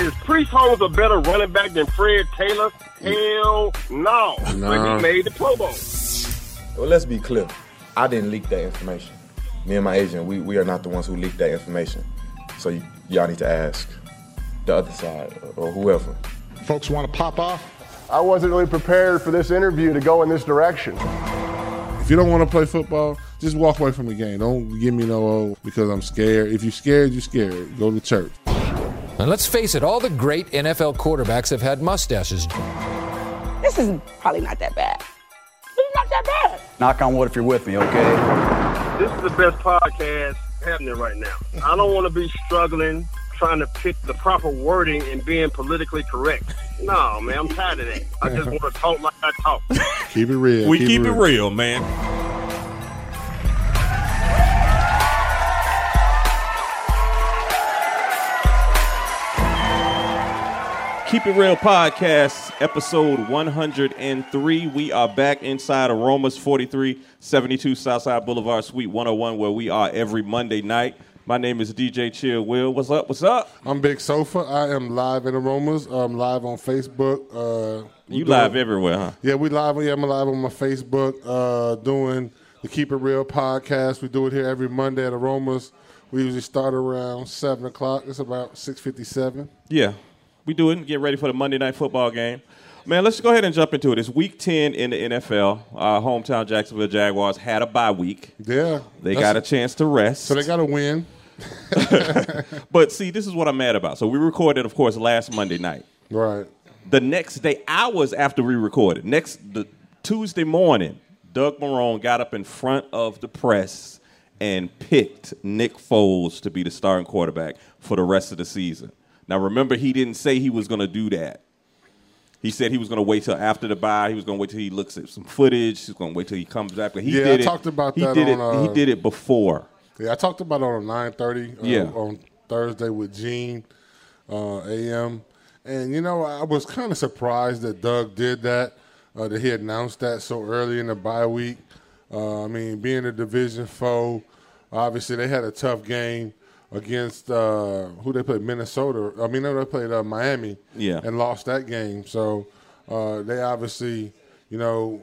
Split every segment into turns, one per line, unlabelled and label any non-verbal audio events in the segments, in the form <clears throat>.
Is Priest Holmes a better running back than Fred Taylor? Hell no. But
No.
he made the Pro Bowl. That's
Well, let's be clear. I didn't leak that information. Me and my agent, we, we are not the ones who leaked that information. So y- y'all need to ask the other side or whoever.
Folks want to pop off?
I wasn't really prepared for this interview to go in this direction.
If you don't want to play football, just walk away from the game. Don't give me no oh because I'm scared. If you're scared, you're scared. Go to church.
And let's face it, all the great NFL quarterbacks have had mustaches.
This is probably not that bad. It's not that bad.
Knock on wood if you're with me, okay?
This is the best podcast happening right now. I don't want to be struggling trying to pick the proper wording and being politically correct. No, man, I'm tired of that. I just want to talk like I talk.
Keep it real.
We keep it real, man. Keep It Real Podcast, episode 103. We are back inside of Roma's 4372 Southside Boulevard, Suite 101, where we are every Monday night. My name is DJ Chill Will. What's up? What's up?
I'm Big Sofa. I am live in Aromas. I'm live on Facebook. Uh, we
You
doing-
live everywhere, huh?
Yeah, we live. Yeah, I'm live on my Facebook uh, doing the Keep It Real podcast. We do it here every Monday at Aromas. We usually start around seven o'clock. It's about six fifty-seven.
Yeah, we do it and get ready for the Monday night football game. Man, let's go ahead and jump into it. It's week 10 in the NFL. Our hometown Jacksonville Jaguars had a bye week.
Yeah,
They
That's-
got a chance to rest.
So they got to win.
but see, this is what I'm mad about. So we recorded, of course, last Monday night.
Right.
The next day, hours after we recorded, next the Tuesday morning, Doug Marone got up in front of the press and picked Nick Foles to be the starting quarterback for the rest of the season. Now, remember, he didn't say he was going to do that. He said he was going to wait till after the bye. He was going to wait till he looks at some footage. He's going to wait till he comes back. But he
Yeah, I
did it.
talked about
he
that on,
Did it.
uh,
he did it before.
Yeah, I talked about it on nine thirty. Uh,
Yeah.
On Thursday with Gene, uh, AM, and you know I was kind of surprised that Doug did that. Uh, that he announced that so early in the bye week. Uh, I mean, being a division foe, obviously they had a tough game against uh, who they played Minnesota. I mean, no, they played uh, Miami.
Yeah.
And lost that game, so uh, they obviously, you know,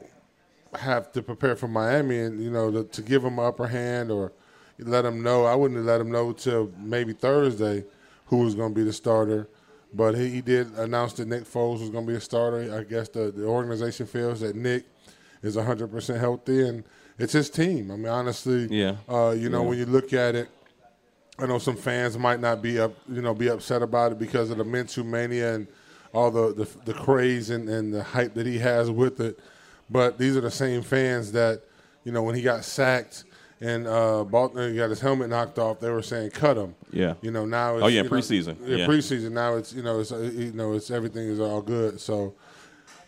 have to prepare for Miami and you know to, to give them an upper hand or let them know. I wouldn't have let them know till maybe Thursday who was going to be the starter, but he, he did announce that Nick Foles was going to be a starter. I guess the, the organization feels that Nick is 100 percent healthy and it's his team. I mean, honestly,
Yeah.
Uh, you know, when you look at it, I know some fans might not be up, you know, be upset about it because of the Minshew mania and all the the, the craze and, and the hype that he has with it. But these are the same fans that, you know, when he got sacked and uh, Baltimore got his helmet knocked off, they were saying cut him.
Yeah.
You know now. It's,
Oh, yeah,
you know,
preseason.
yeah,
Yeah.
preseason. Now it's you know it's uh, you know it's everything is all good. So.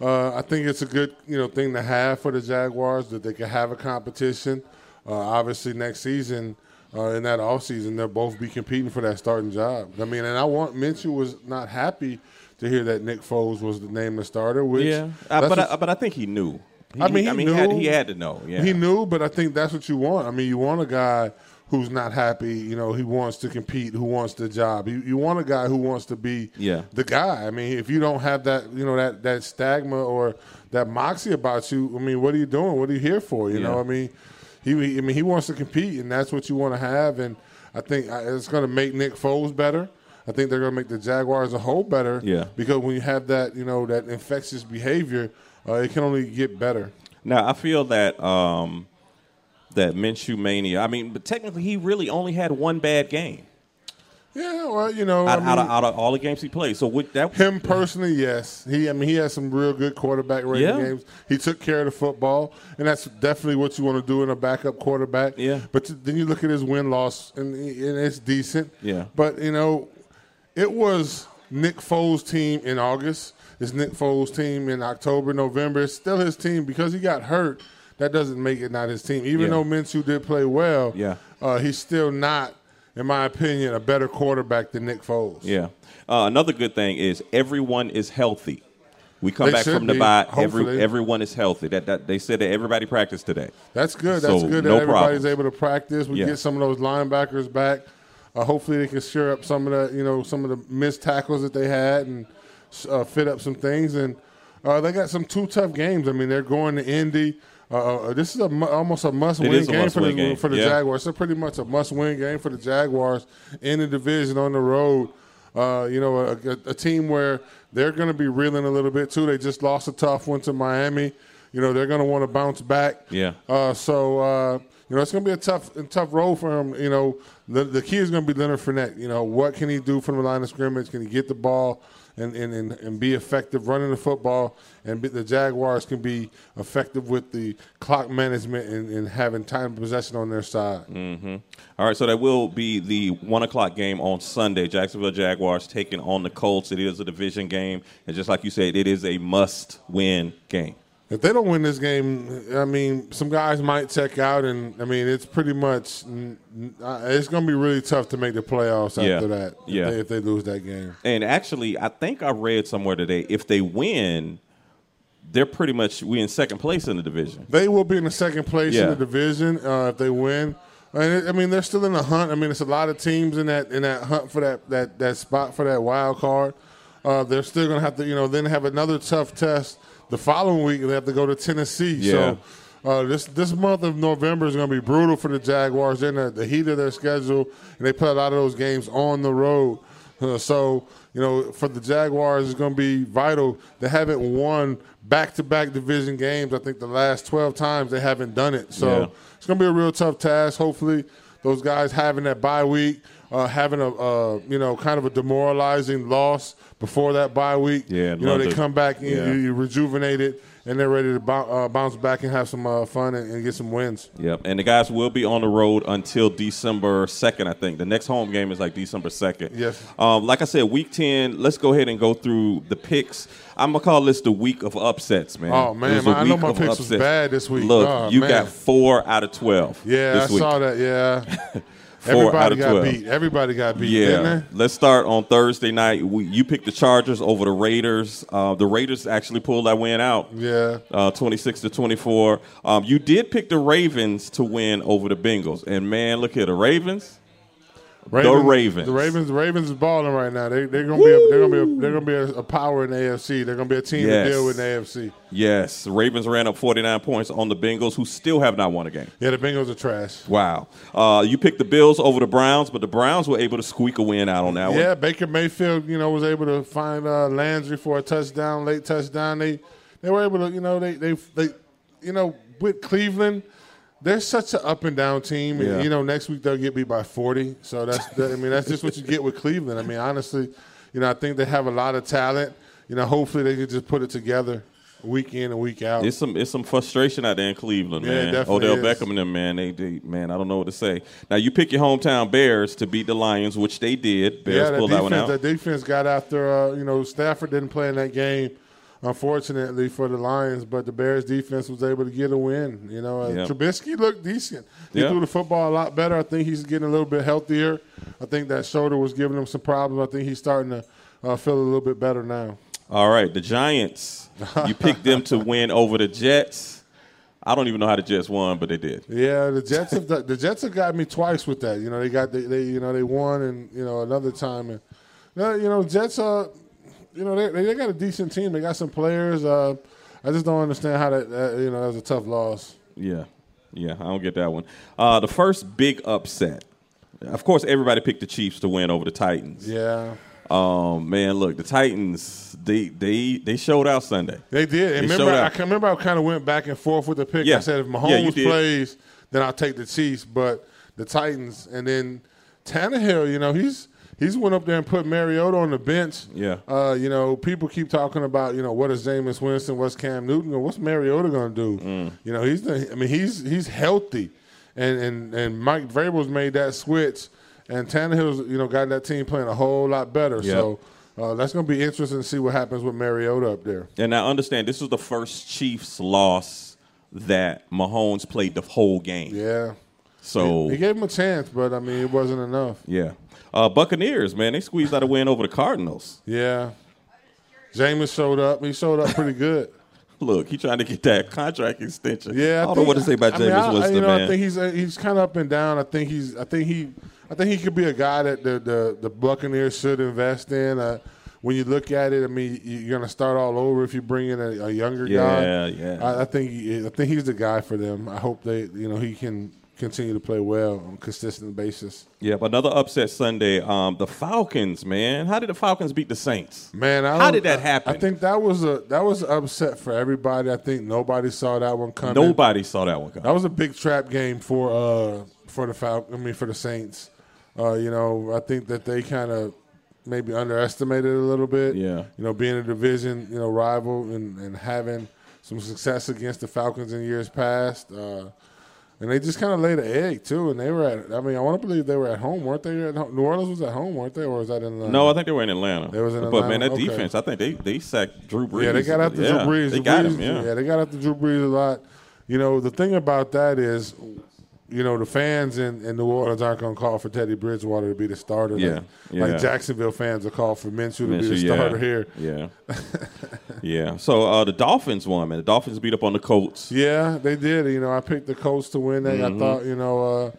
Uh, I think it's a good you know thing to have for the Jaguars that they can have a competition. Uh, obviously, next season uh, in that offseason, they'll both be competing for that starting job. I mean, and I want Minshew was not happy to hear that Nick Foles was the name the starter. Which
Yeah, I,
that's
but
what-
I, but I think he knew. He,
I mean, he
he, had,
knew.
he had to know. Yeah,
He knew, but I think that's what you want. I mean, you want a guy who's not happy. You know, he wants to compete, who wants the job. You, you want a guy who wants to be
Yeah.
the guy. I mean, if you don't have that, you know, that that stagma or that moxie about you, I mean, what are you doing? What are you here for? You
Yeah.
know, I mean, he, he- I mean, he wants to compete, and that's what you want to have. And I think uh, it's going to make Nick Foles better. I think they're going to make the Jaguars as a whole better.
Yeah.
Because when you have that, you know, that infectious behavior, uh, it can only get better.
Now I feel that um, that Minshew mania. I mean, but technically he really only had one bad game
Yeah, well, you know, I
out,
mean,
out, of, out of all the games he played. So with that,
him personally, yes. He, I mean, he has some real good quarterback rating
Yeah.
games. He took care of the football, and that's definitely what you want to do in a backup quarterback.
Yeah.
But t- then you look at his win loss, and, and it's decent.
Yeah.
But you know, it was Nick Foles' team in August. It's Nick Foles' team in October, November. It's still his team because he got hurt. That doesn't make it not his team. Even
Yeah.
though Minshew did play well,
Yeah.
uh, he's still not, in my opinion, a better quarterback than Nick Foles.
yeah. Uh, another good thing is everyone is healthy. We come
They
back
should
from the
be,
bye.
hopefully.
Every, everyone is healthy. That, that they said that everybody practiced today.
That's good. That's
So,
good that
no
everybody's
problems.
able to practice. We
Yeah.
get some of those linebackers back. Uh, hopefully, they can shore up some of the you know some of the missed tackles that they had and uh, fit up some things. And uh, they got some two tough games. I mean, they're going to Indy. Uh, uh, this is a mu- almost a must-win
is a
game for the
must-win game,
for the
yeah.
Jaguars. So pretty much a must-win game for the Jaguars in the division on the road. Uh, you know, a, a- a team where they're going to be reeling a little bit too. They just lost a tough one to Miami. You know, they're going to want to bounce back.
Yeah.
Uh, so uh, you know, it's going to be a tough, a tough road for him. You know, the, the key is going to be Leonard Fournette. You know, what can he do from the line of scrimmage? Can he get the ball and and, and, and be effective running the football? And be, the Jaguars can be effective with the clock management and, and having time of possession on their side.
Mm. All right, so that will be the one o'clock game on Sunday. Jacksonville Jaguars taking on the Colts. It is a division game, and just like you said, it is a must-win game.
If they don't win this game, I mean, some guys might check out, and I mean, it's pretty much n- n- uh, it's going to be really tough to make the playoffs
Yeah.
after that. if
Yeah.
they- if they lose that game.
And actually, I think I read somewhere today if they win, they're pretty much we in second place in the division.
They will be in the second place in
Yeah.
the division uh, if they win. And it, I mean, they're still in the hunt. I mean, it's a lot of teams in that in that hunt for that that, that spot for that wild card. Uh, they're still going to have to, you know, then have another tough test the following week. They have to go to Tennessee.
Yeah.
So uh, this this month of November is going to be brutal for the Jaguars. They're in the, the heat of their schedule, and they play a lot of those games on the road. Uh, so, you know, for the Jaguars, it's going to be vital. They haven't won back to back division games. I think the last 12 times they haven't done it. So
Yeah.
it's going to be a real tough task. Hopefully, those guys having that bye week, uh, having a, uh, you know, kind of a demoralizing loss before that bye week.
Yeah,
You know, they
London.
come back and
Yeah.
you, you rejuvenate it, and they're ready to bou- uh, bounce back and have some uh, fun and, and get some wins.
Yep. And the guys will be on the road until December 2nd, I think. The next home game is like December 2nd.
Yes.
Um, like I said, week 10, let's go ahead and go through the picks. I'm going to call this the week of upsets, man.
Oh, man,
It was a
my- I know
week
my
of
picks was bad this week.
Look,
Oh,
you
man.
got four out of 12.
Yeah,
this
I
week.
saw that. Yeah.
<laughs> Four
Everybody
out of
got
12.
beat. Everybody got beat.
Yeah.
Didn't they?
Let's start on Thursday night. We, you picked the Chargers over the Raiders. Uh, the Raiders actually pulled that win out.
Yeah.
Uh, 26 to 24. Um, you did pick the Ravens to win over the Bengals. And man, look here, the Ravens. Ravens.
The Ravens. The Ravens is balling right now. They they're gonna be a, they're gonna be a, they're gonna be a, a power in the AFC. They're gonna be a team
Yes.
to deal with in the AFC.
Yes, the Ravens ran up 49 points on the Bengals, who still have not won a game.
Yeah, the Bengals are trash.
Wow. Uh, you picked the Bills over the Browns, but the Browns were able to squeak a win out on that one.
Yeah, Baker Mayfield, you know, was able to find uh, Landry for a touchdown, late touchdown. They they were able to, you know, they they they, you know, with Cleveland, they're such an up and down team. And,
Yeah.
You know, next week they'll get beat by forty. So that's that, I mean that's just what you get with Cleveland. I mean, honestly, you know, I think they have a lot of talent. You know, hopefully they can just put it together week in and week out.
It's some it's some frustration out there in Cleveland,
Yeah, it
man.
definitely
Odell
is.
Beckham and them, man. They, they man, I don't know what to say. Now you pick your hometown Bears to beat the Lions, which they did. Bears
yeah, that
pulled that
defense,
one out.
that defense got after. Uh, you know, Stafford didn't play in that game, unfortunately for the Lions. But the Bears defense was able to get a win. You know, uh,
Yeah.
Trubisky looked decent. He
Yeah.
threw the football a lot better. I think he's getting a little bit healthier. I think that shoulder was giving him some problems. I think he's starting to uh, feel a little bit better now.
All right, the Giants. You picked them
<laughs>
to win over the Jets. I don't even know how the Jets won, but they did.
Yeah, the Jets have the, the Jets have got me twice with that. You know, they got they, they you know they won and you know another time and no, you know Jets uh you know they they got a decent team. They got some players. Uh, I just don't understand how that, that you know that was a tough loss.
Yeah, yeah, I don't get that one. Uh, the first big upset. Of course, everybody picked the Chiefs to win over the Titans.
Yeah,
Um, man, look, the Titans. They they they showed out Sunday.
they did. And
They
remember,
showed
I
out.
can remember I kind of went back and forth with the pick.
Yeah.
I said if
Yeah, you
Mahomes
did.
plays, then I'll take the Chiefs, but the Titans and then Tannehill. You know he's. He's went up there and put Mariota on the bench.
Yeah.
Uh, you know, people keep talking about, you know, what is Jameis Winston, what's Cam Newton, and what's Mariota going to do?
Mm.
You know, he's the, I mean, he's he's healthy, and and and Mike Vrabel's made that switch, and Tannehill's, you know, got that team playing a whole lot better. So uh, that's going to be interesting to see what happens with Mariota up there.
And now understand this was the first Chiefs loss that Mahomes played the whole game.
Yeah.
So
He gave him a chance, but I mean, it wasn't enough.
yeah, uh, Buccaneers man, they squeezed out a win over the Cardinals.
Yeah. Jameis showed up. He showed up pretty
<laughs>
good.
Look, he trying to get that contract extension.
Yeah,
I, don't know what to say about
I mean,
Jameis
I-
Winston,
you know, I
man.
think he's uh, he's kind of up and down. I think he's I think he I think he could be a guy that the the, the Buccaneers should invest in. Uh, when you look at it, I mean, you- you're gonna start all over if you bring in a, a younger
Yeah,
guy.
yeah.
I, I think he- I think he's the guy for them. I hope they, you know, he can continue to play well on a consistent basis.
Yep, another upset Sunday. Um, the Falcons, man. How did the Falcons beat the Saints?
Man, I
how
don't-
did that
I-
happen?
I think that was a that was an upset for everybody. I think nobody saw that one coming.
nobody saw that one
That
coming.
was a big trap game for uh for the Fal- I mean for the Saints. Uh, you know, I think that they kind of maybe underestimated it a little bit.
Yeah.
You know, being a division you know rival and and having some success against the Falcons in years past. Uh, and they just kind of laid an egg too, and they were at. I mean, I want to believe they were at home, weren't they? At home? New Orleans was at home, weren't they? Or was that in? Uh,
No, I think they were in Atlanta.
They was in
But man,
Atlanta?
that
Okay.
defense. I think they they sacked Drew Brees.
Yeah, they got after
Yeah,
Drew Brees.
They
Drew
got
Brees-
him. Yeah.
they got after Drew Brees a lot. You know, the thing about that is, you know, the fans in, in New Orleans aren't going to call for Teddy Bridgewater to be the starter.
Yeah,
Like,
yeah.
like Jacksonville fans will call for Minshew to be the
Minshew, yeah,
starter here.
Yeah. yeah. So uh, the Dolphins won, man. The Dolphins beat up on the Colts.
Yeah, they did. You know, I picked the Colts to win that. I thought, you know, uh,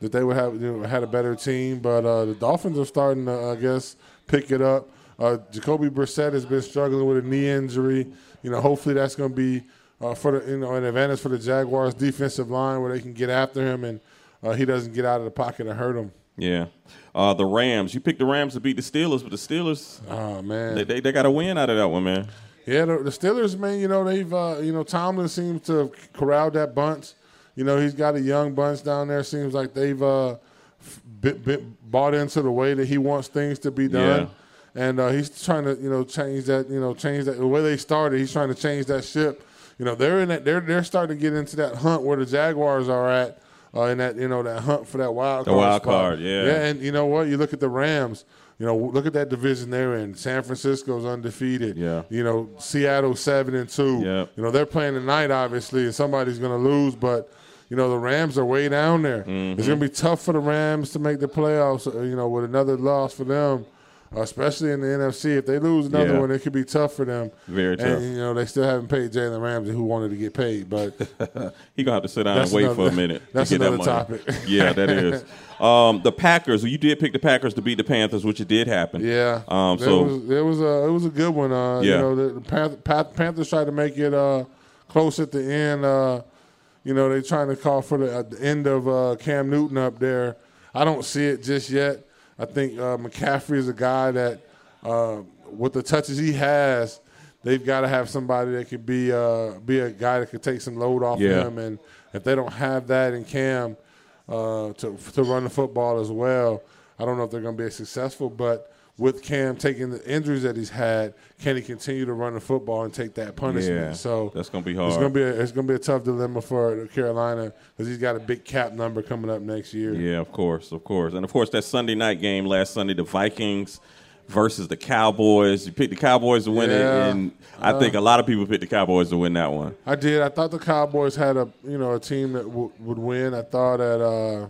that they would have you know, had a better team, but uh, the Dolphins are starting to, I guess, pick it up. Uh, Jacoby Brissett has been struggling with a knee injury. You know, hopefully that's going to be uh, for the you know an advantage for the Jaguars defensive line where they can get after him and uh, he doesn't get out of the pocket and hurt him.
Yeah. Uh, the Rams. You picked the Rams to beat the Steelers, but the Steelers
Oh man,
they, they, they got a win out of that one, man.
Yeah, the, the Steelers, man. You know they've, uh, you know, Tomlin seems to have corralled that bunch. You know he's got a young bunch down there. Seems like they've uh, f- bit, bit bought into the way that he wants things to be done, and uh, he's trying to, you know, change that. You know, change that the way they started. He's trying to change that ship. You know, they're in that. They're they're starting to get into that hunt where the Jaguars are at. Uh, in that you know that hunt for that wild
The
card
wild
spot.
card, yeah.
yeah and you know what? You look at the Rams. You know, look at that division they're in. San Francisco's undefeated.
Yeah.
You know, Seattle seven and two.
Yep.
You know, they're playing tonight, obviously, and somebody's going to lose. But you know, the Rams are way down there.
Mm-hmm.
It's going to be tough for the Rams to make the playoffs. uh, You know, with another loss for them, especially in the NFC. If they lose another
Yeah.
one, it could be tough for them.
Very
and,
tough.
You know, they still haven't paid Jalen Ramsey, who wanted to get paid, but
He gonna have to sit down
That's
and wait for a
another-
minute. to
that's
get that
another
money.
topic. <laughs>
yeah, that is. Um, the Packers. Well, you did pick the Packers to beat the Panthers, which it did happen.
Yeah.
Um,
That
so
was, it was a it was a good one. Uh,
Yeah.
You know, the, the Panth- Path- Panthers tried to make it uh, close at the end. Uh, you know, they trying to call for the, uh, the end of uh, Cam Newton up there. I don't see it just yet. I think uh, McCaffrey is a guy that, uh, with the touches he has, they've got to have somebody that could be uh, be a guy that could take some load off
Yeah.
him. And if they don't have that in Cam uh, to to run the football as well, I don't know if they're going to be as successful. But with Cam taking the injuries that he's had, can he continue to run the football and take that punishment?
Yeah.
so
That's gonna be
It's
hard.
going to be a, it's going to be a tough dilemma for Carolina because he's got a big cap number coming up next year.
Yeah, of course, of course, and of course that Sunday night game last Sunday, the Vikings versus the Cowboys. You picked the Cowboys to win
Yeah.
it, and I think a lot of people picked the Cowboys to win that one.
I did. I thought the Cowboys had a you know a team that w- would win. I thought that uh,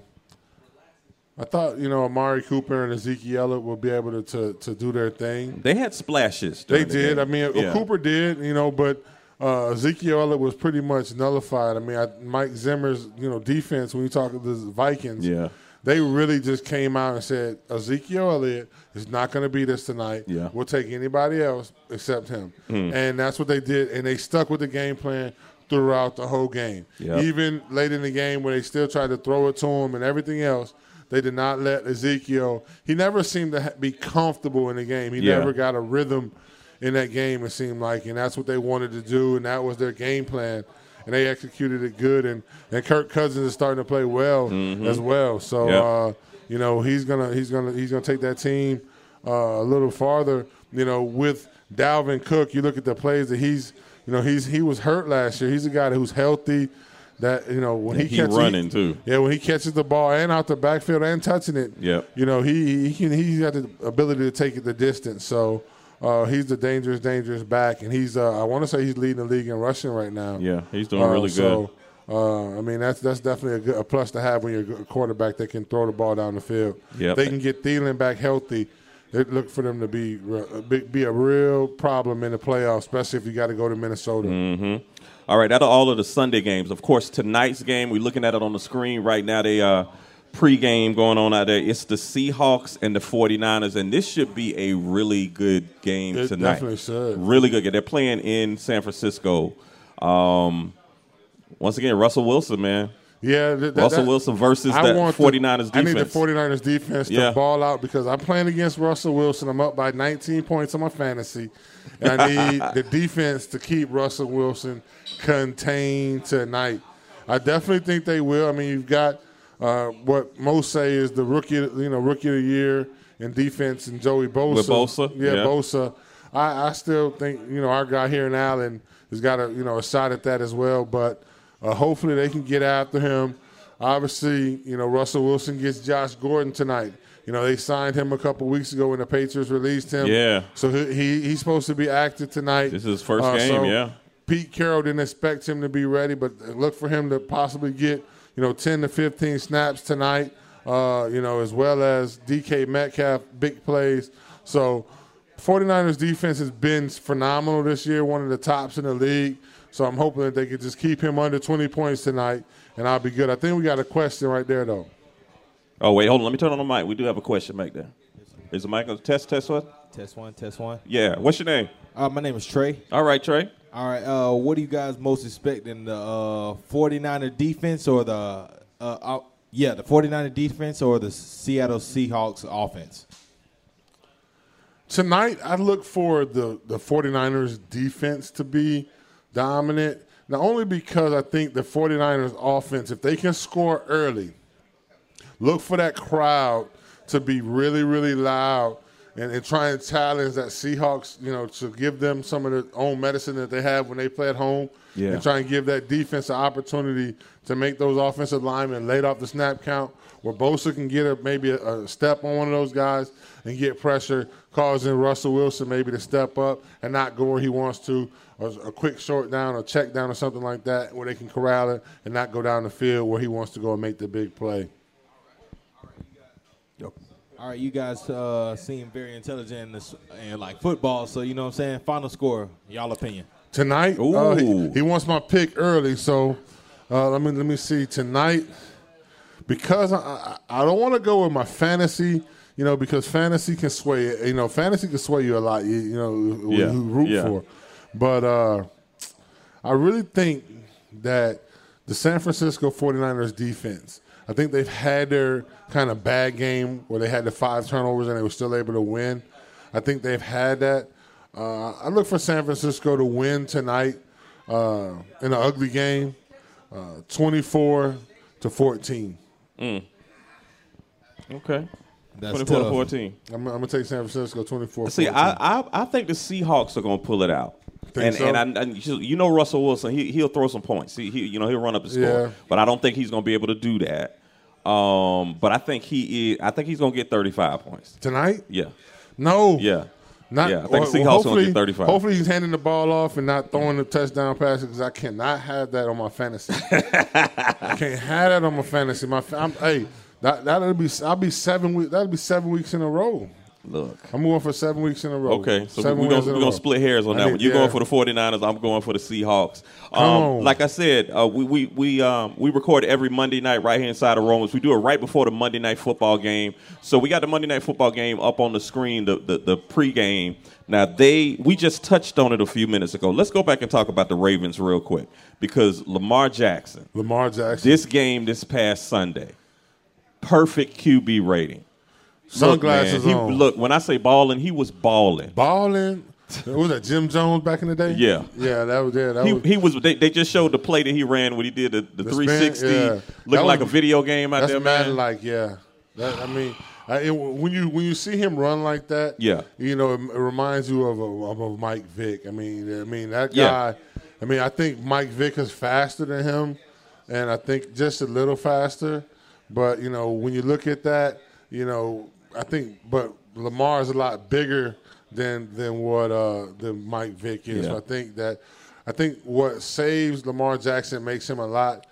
I thought you know Amari Cooper and Ezekiel Elliott would be able to to, to do their thing.
They had splashes.
They
during the
did.
game.
I mean, uh,
Yeah.
Cooper did. You know, but uh, Ezekiel Elliott was pretty much nullified. I mean, I, Mike Zimmer's you know defense when you talk to the Vikings.
Yeah.
They really just came out and said Ezekiel Elliott is not going to beat us tonight.
Yeah. Hmm.
We'll take anybody else except him. And that's what they did. And they stuck with the game plan throughout the whole game.
Yep.
Even late in the game when they still tried to throw it to him and everything else, they did not let Ezekiel. He never seemed to ha- be comfortable in the game. He
Yeah.
never got a rhythm in that game, it seemed like. And that's what they wanted to do. And that was their game plan. And they executed it good. And, and Kirk Cousins is starting to play well as well. So,
Mm-hmm. Yep.
uh, you know, he's gonna he's gonna he's gonna take that team uh, a little farther. You know, with Dalvin Cook, you look at the plays that he's you know he's he was hurt last year. He's a guy who's healthy. That you know when
And
he,
he
catches
running, too.
Yeah, when he catches the ball and out the backfield and touching it.
Yep.
You know he he can he's got the ability to take it the distance. So. Uh, he's the dangerous, dangerous back, and he's. Uh, I want to say he's leading the league in rushing right now.
Yeah, he's doing really
so, uh, I mean, that's that's definitely a, good, a plus to have when you're a quarterback that can throw the ball down the field.
Yep.
They can get Thielen back healthy. They look for them to be re- be be a real problem in the playoffs, especially if you got to go to Minnesota.
Mm-hmm. All right, that are all of the Sunday games. Of course, tonight's game we're looking at it on the screen right now. They uh, pregame going on out there. It's the Seahawks and the 49ers, and this should be a really good game
It
tonight.
definitely should.
Really good game. They're playing in San Francisco. Um, once again, Russell Wilson, man.
Yeah, th- th-
Russell
that-
Wilson versus
I
the
want
49ers
I need the
defense.
49ers defense to
Yeah.
ball out because I'm playing against Russell Wilson. I'm up by 19 points on my fantasy, and I
<laughs>
need the defense to keep Russell Wilson contained tonight. I definitely think they will. I mean, you've got uh, what most say is the rookie, you know, rookie of the year in defense, and Joey Bosa.
With Bosa,
yeah,
yeah.
Bosa. I, I still think you know our guy here in Allen has got a you know a shot at that as well. But uh, hopefully they can get after him. Obviously, you know Russell Wilson gets Josh Gordon tonight. You know they signed him a couple weeks ago when the Patriots released him.
Yeah.
So he, he he's supposed to be active tonight.
This is his first game,
Uh, so
yeah.
Pete Carroll didn't expect him to be ready, but look for him to possibly get you know 10 to 15 snaps tonight. Uh, you know, as well as DK Metcalf big plays. So 49ers defense has been phenomenal this year, one of the tops in the league. So I'm hoping that they could just keep him under 20 points tonight, and I'll be good. I think we got a question right there though.
Oh, wait, hold on. Let me turn on the mic. We do have a question back there. Is the mic on? Test, test what?
Test one, test one.
Yeah. What's your name?
Uh, my name is Trey.
All right, Trey.
All right, uh, what do you guys most expect in the uh, 49er defense or the uh, uh, yeah, the 49er defense or the Seattle Seahawks offense?
tonight I look for the, the 49ers defense to be dominant. Not only because I think the 49ers offense, if they can score early, look for that crowd to be really, really loud and, and try and challenge that Seahawks, you know, to give them some of their own medicine that they have when they play at home.
Yeah.
And try and give that defense an opportunity to make those offensive linemen late off the snap count where Bosa can get a, maybe a, a step on one of those guys and get pressure, causing Russell Wilson maybe to step up and not go where he wants to, or a quick short down or check down or something like that where they can corral it and not go down the field where he wants to go and make the big play.
All right, you guys uh, seem very intelligent in this, and like football, so you know what I'm saying. Final score, y'all opinion.
Tonight, uh, he,
Ooh.
he wants my pick early, so uh, let me let me see tonight because I I, I don't want to go with my fantasy, you know, because fantasy can sway it. You know, fantasy can sway you a lot. You, you know, who
Yeah,
you root
yeah.
for, but uh, I really think that the San Francisco 49ers defense. I think they've had their kind of bad game where they had the five turnovers and they were still able to win. I think they've had that. Uh, I look for San Francisco to win tonight uh, in an ugly game, uh, 24 to 14.
Okay.
That's
24 to
tough.
14.
I'm, I'm gonna take San Francisco 24.
See, I, I I think the Seahawks are going to pull it out.
Think
and
so?
and, I, and you you know Russell Wilson, he he'll throw some points. He, he you know he'll run up the score,
Yeah.
but I don't think he's going to be able to do that. Um, but I think he is, I think he's going to get 35 points.
tonight.
Yeah.
No.
Yeah.
Not,
yeah, I think
well,
Seahawks
well,
gonna
hopefully-
get 35.
Hopefully, he's handing the ball off and not throwing the touchdown passes because I cannot have that on my
<laughs>
fantasy. I can't have that on my fantasy. My, fa- I'm, hey, that, that'll be I'll be seven weeks. That'll be seven weeks in a row.
Look.
I'm going for seven weeks in a row.
Okay, so
Seven
we're
wins in a
gonna, we're
row.
gonna split hairs on
I
that
need-
one. You're
yeah.
going for the 49ers. I'm going for the Seahawks. Um,
on.
like I said, uh, we we we um, we record every Monday night right here inside of Romans. We do it right before the Monday night football game. So we got the Monday night football game up on the screen, the the, the pregame. Now they we just touched on it a few minutes ago. Let's go back and talk about the Ravens real quick because Lamar Jackson,
Lamar Jackson.
this game this past Sunday, perfect QB rating. Look, man,
Sunglasses
he-
on.
Look, when I say balling, he was balling.
balling. Was that Jim Jones back in the day?
Yeah.
yeah, that was yeah. That
he,
was,
he was. They, they just showed the play that he ran when he did the, the,
The spin,
360,
yeah. That
looking like a
was-
video game out
That's
there,
Madden
man.
like, yeah. That, I mean, I, it, when you when you see him run like that,
Yeah.
you know, it, it reminds you of a, of a Mike Vick. I mean, I mean that
Yeah.
guy. I mean, I think Mike Vick is faster than him, and I think just a little faster. But you know, when you look at that, you know, I think, but Lamar is a lot bigger than than what uh, than Mike Vick is.
Yeah.
So I think that I think what saves Lamar Jackson makes him a lot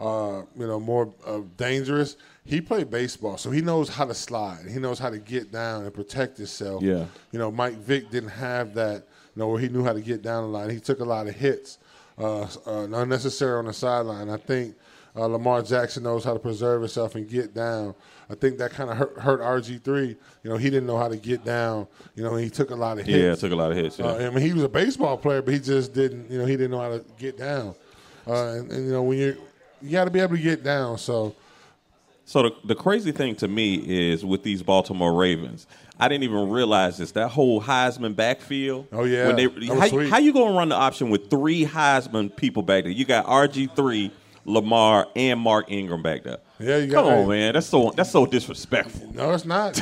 uh, you know, more uh, dangerous. He played baseball, so he knows how to slide. He knows how to get down and protect himself.
Yeah.
You know, Mike Vick didn't have that, you know, where he knew how to get down a lot. He took a lot of hits, uh, uh, unnecessary on the sideline. I think Uh, Lamar Jackson knows how to preserve himself and get down. I think that kind of hurt, hurt RG3. You know, he didn't know how to get down. You know, he took a lot of hits.
Yeah, took a lot of hits. Yeah.
Uh, I mean, he was a baseball player, but he just didn't. You know, he didn't know how to get down. Uh, and, and, you know, when you you got to be able to get down. So
So the, the crazy thing to me is with these Baltimore Ravens, I didn't even realize this. That whole Heisman backfield.
Oh, yeah.
When they,
That was
how,
sweet.
how you gonna run the option with three Heisman people back there? You got RG three, Lamar, and Mark Ingram back there.
Yeah, you
Come
got-
on, man. That's so that's so disrespectful.
no, it's not.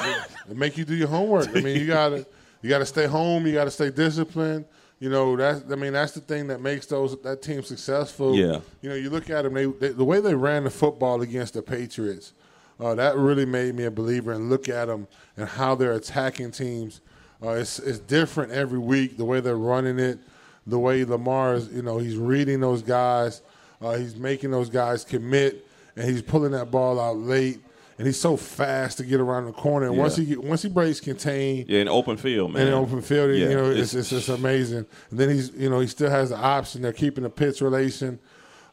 it make you do your homework. I mean, you gotta you gotta stay home. You gotta stay disciplined. You know, that's I mean, that's the thing that makes those that team successful.
Yeah.
You know, you look at them. They, they the way they ran the football against the Patriots, uh, that really made me a believer. And look at them and how they're attacking teams. Uh, it's it's different every week. The way they're running it, the way Lamar is, you know, he's reading those guys. Uh, he's making those guys commit, and he's pulling that ball out late. And he's so fast to get around the corner. And once
Yeah.
he get, once he breaks contain,
Yeah, in open field, man.
in the open field.
Yeah,
you know, it's, it's just amazing. And then he's, you know, he still has the option. They're keeping the pitch relation.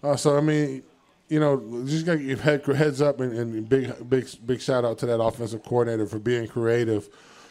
Uh, so I mean, you know, just gotta give head, heads up and, and big, big, big shout out to that offensive coordinator for being creative.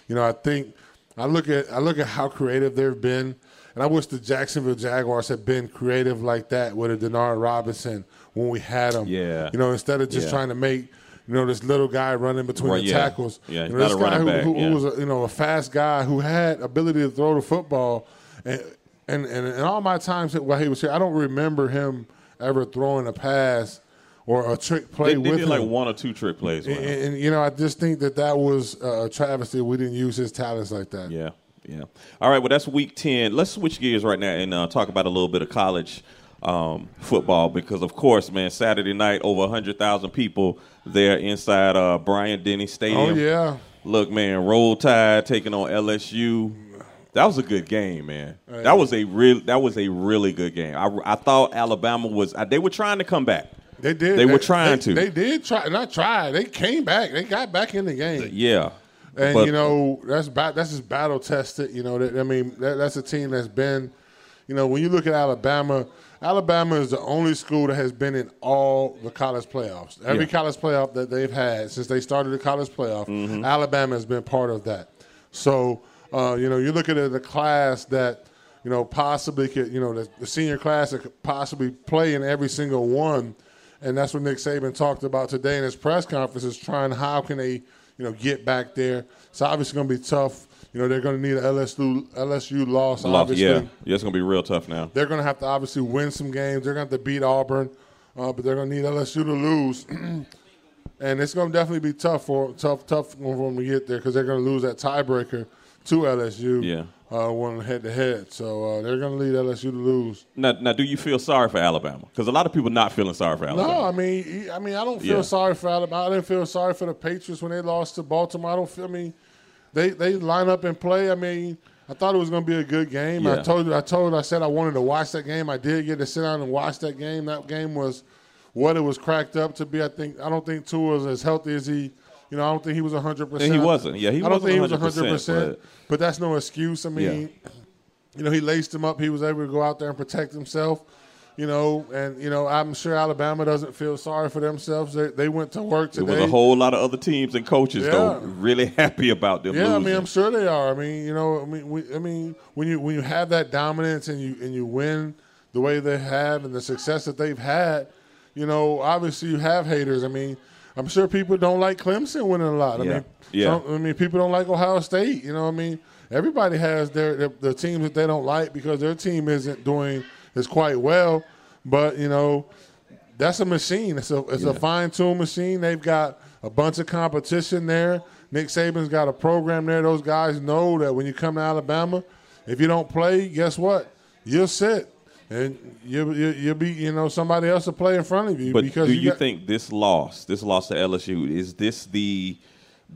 You know, I think I look at I look at how creative they've been, and I wish the Jacksonville Jaguars had been creative like that with a Denard Robinson when we had him.
Yeah.
you know, instead of just
Yeah.
trying to make. You know this little guy running between
Right,
the
yeah.
tackles. you
Yeah, he's
know,
not
this
a
guy
running
who,
back,
who- who
yeah.
was a, you know a fast guy who had ability to throw the football, and and and, and all my times that- while he was here, I don't remember him ever throwing a pass or a trick play
they, they
with
did
him.
like one or two trick plays. with
and,
him.
and- and, you know, I just think that that was uh, a travesty. We didn't use his talents like that.
Yeah, yeah. All right, well, that's week 10. Let's switch gears right now and uh, talk about a little bit of college um, football because, of course, man, Saturday night, over 100,000 people there inside uh, Bryant Denny Stadium.
Oh yeah,
Look, man, Roll Tide taking on LSU. That was a good game, man. That was a real. That was a really good game. I, I thought Alabama was. I, they were trying to come back.
they did.
They were trying
they-
to.
They did try, not try. They came back. They got back in the game.
Yeah,
And
But-
you know that's ba- that's just battle tested. You know, that, I mean that, that's a team that's been, you know, when you look at Alabama, Alabama is the only school that has been in all the college playoffs. Every
Yeah.
college playoff that they've had since they started the college playoff,
Mm-hmm.
Alabama has been part of that. So uh, you know, you're looking at a class that you know possibly could, you know, the, the senior class that could possibly play in every single one. And that's what Nick Saban talked about today in his press conference is trying how can they, you know, get back there. It's obviously going to be tough. You know, they're going to need an LSU, LSU loss,
Lost-
obviously.
yeah, yeah. It's gonna be real tough now.
They're going to have to obviously win some games. They're going to have to beat Auburn, uh, but they're going to need LSU to lose. <clears throat> and it's going to definitely be tough for tough tough for them to get there because they're going to lose that tiebreaker to LSU.
Yeah.
Uh, one head to head, so uh, they're going to lead LSU to lose.
Now, now, do you feel sorry for Alabama? Because a lot of people not feeling sorry for Alabama.
No, I mean, he- I mean, I don't feel
Yeah.
sorry for Alabama. I didn't feel sorry for the Patriots when they lost to Baltimore. I don't feel. I mean, they they line up and play. I mean, I thought it was going to be a good game. I
Yeah.
told you, I told, I said I wanted to watch that game. I did get to sit down and watch that game. That game was what it was cracked up to be. I think I don't think Tua was as healthy as he. You know, I don't think he was hundred percent.
And he wasn't. Yeah, he
I don't
wasn't
think he was
100%,
hundred percent. But that's no excuse. I mean, you know, he laced him up. He was able to go out there and protect himself. You know, and you know, I'm sure Alabama doesn't feel sorry for themselves. They, they went to work
There
today.
was a whole lot of other teams and coaches though
Yeah.
really <laughs> happy about them.
yeah, I
losing.
mean, I'm sure they are. I mean, you know, I mean, we, I mean, when you when you have that dominance and you and you win the way they have and the success that they've had, you know, obviously you have haters. I mean, I'm sure people don't like Clemson winning a lot. I
Yeah.
mean,
Yeah.
some- I mean, people don't like Ohio State. You know, what I mean, everybody has their, their the teams that they don't like because their team isn't doing as quite well. But you know, that's a machine. It's a it's a fine tuned machine. They've got a bunch of competition there. Nick Saban's got a program there. Those guys know that when you come to Alabama, if you don't play, guess what? You'll sit, and you'll you'll, you'll be you know somebody else will play in front of you.
but
because
do you
got-
think this loss, this loss to LSU, is this the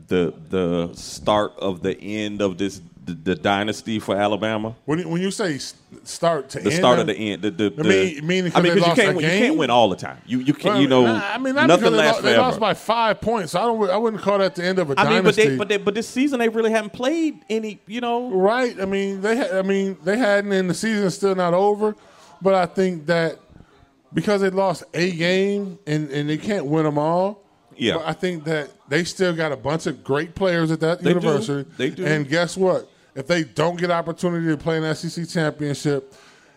the the start of the end of this the, the dynasty for Alabama?
when you, when you say s- start to
The
end
start of
them-
the end. The, the, the,
I mean- meaning 'cause
I mean,
they
'cause
lost
you can't
a
win, you
game?
can't win all the time. You you can't you
Well,
know
nah, I mean, not because
nothing
they,
lasts
lost, they
forever.
lost by five points. I don't. I wouldn't call that the end of a
I mean, but
dynasty.
they but they, but this season they really haven't played any. You know,
right. I mean, they. had I mean, they hadn't, and the season's still not over. But I think that because they lost a game and, and they can't win them all.
Yeah.
but I think that they still got a bunch of great players at that
They do.
university.
They do.
And guess what? If they don't get opportunity to play in the SEC championship,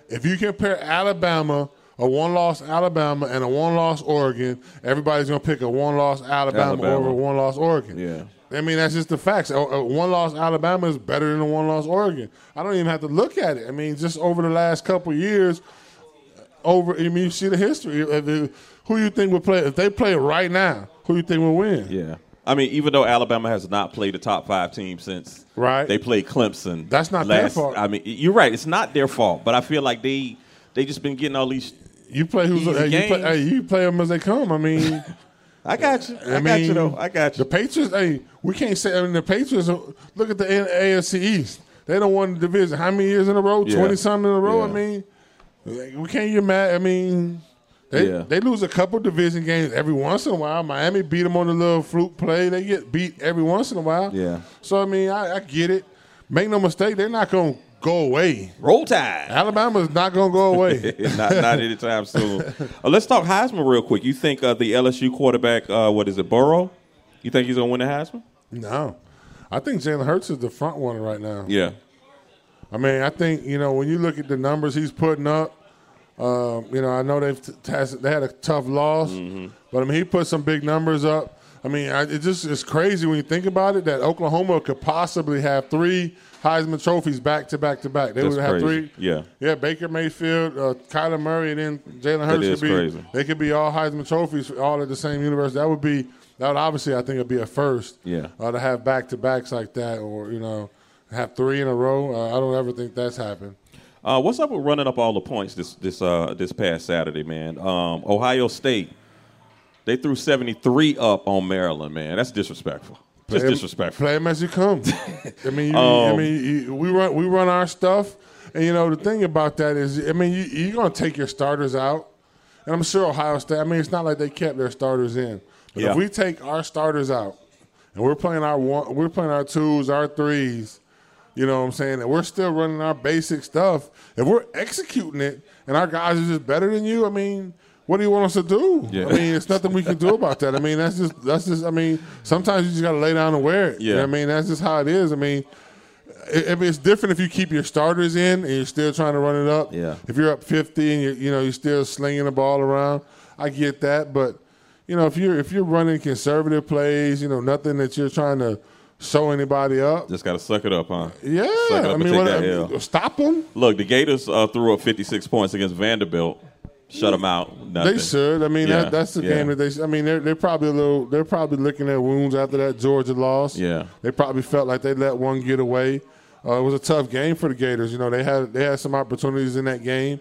if you compare Alabama, a one-loss Alabama and a one-loss Oregon, everybody's gonna pick a one-loss Alabama,
Alabama.
over a one-loss Oregon.
Yeah.
I mean that's just the facts. A, a one-loss Alabama is better than a one-loss Oregon. I don't even have to look at it. I mean, just over the last couple years, over. I mean, you see the history. If it- who you think would play? If they play right now, who you think will win?
Yeah. I mean, even though Alabama has not played a top five team since
Right.
they played Clemson.
That's not their fault.
I mean, you're right. It's not their fault, but I feel like they they just been getting all these.
You play who's?
Easy
Hey, you play,
games.
hey, you play them as they come. I mean,
I got you. I,
I,
got
mean,
you though. I got you.
The Patriots. Hey, we can't say. I mean, the Patriots. uh, Look at the A- AFC East. They don't won the division. How many years in a row?
Yeah.
Twenty something in a row. I
Yeah.
mean, like, we can't get mad. I mean. They,
Yeah.
they lose a couple division games every once in a while. Miami beat them on the little fluke play. They get beat every once in a while.
Yeah.
So I mean, I, I get it. Make no mistake, they're not gonna go away.
Roll
<laughs>
Tide.
Alabama's not gonna go away.
<laughs> not not anytime soon. Uh, let's talk Heisman real quick. You think uh, the LSU quarterback, uh, what is it, Burrow? You think he's gonna win the Heisman?
no, I think Jalen Hurts is the front runner right now.
Yeah.
I mean, I think you know when you look at the numbers he's putting up. Um, you know, I know they've t- has- they had a tough loss,
Mm-hmm.
but I mean he put some big numbers up. I mean, I, it just it's crazy when you think about it that Oklahoma could possibly have three Heisman trophies back to back to back. They
That's
would have
crazy.
three.
Yeah.
yeah. Baker Mayfield, uh, Kyler Murray, and then Jalen
That
Hurts
is
could be.
crazy.
They could be all Heisman trophies, all at the same university. That would be that would obviously I think would be a first.
Yeah.
uh, to have back to backs like that, or you know, have three in a row. Uh, I don't ever think that's happened.
Uh, what's up with running up all the points this this uh, this past Saturday, man? Um, Ohio State, they threw seventy three up on Maryland, man. That's disrespectful. Just
Play 'em-
disrespectful.
Play them as you come. I mean, you,
Um,
I mean, you, we run we run our stuff, and you know the thing about that is, I mean, you, you're gonna take your starters out, and I'm sure Ohio State. I mean, it's not like they kept their starters in, but
Yeah.
if we take our starters out, and we're playing our one, we're playing our twos, our threes. You know what I'm saying? And we're still running our basic stuff. If we're executing it and our guys are just better than you, I mean, what do you want us to do?
Yeah.
I mean, it's nothing we can do about that. I mean, that's just that's just I mean, sometimes you just gotta lay down and wear it. You know
Yeah.
what I mean, that's just how it is. I mean it, I mean, it's different if you keep your starters in and you're still trying to run it up.
Yeah.
If you're up 50 and you're, you know you're still slinging the ball around, I get that. But you know if you're if you're running conservative plays, you know nothing that you're trying to show anybody up.
Just gotta suck it up, huh?
Yeah,
suck it up
I
and
mean,
take
what,
that
I
L.
mean, stop them.
Look, the Gators uh, threw up fifty six points against Vanderbilt. Shut them out. Nothing.
They should. I mean,
Yeah,
that, that's the
yeah.
game that they. I mean, they're, they're probably a little. They're probably licking their wounds after that Georgia loss.
Yeah.
they probably felt like they let one get away. Uh, it was a tough game for the Gators. You know, they had they had some opportunities in that game.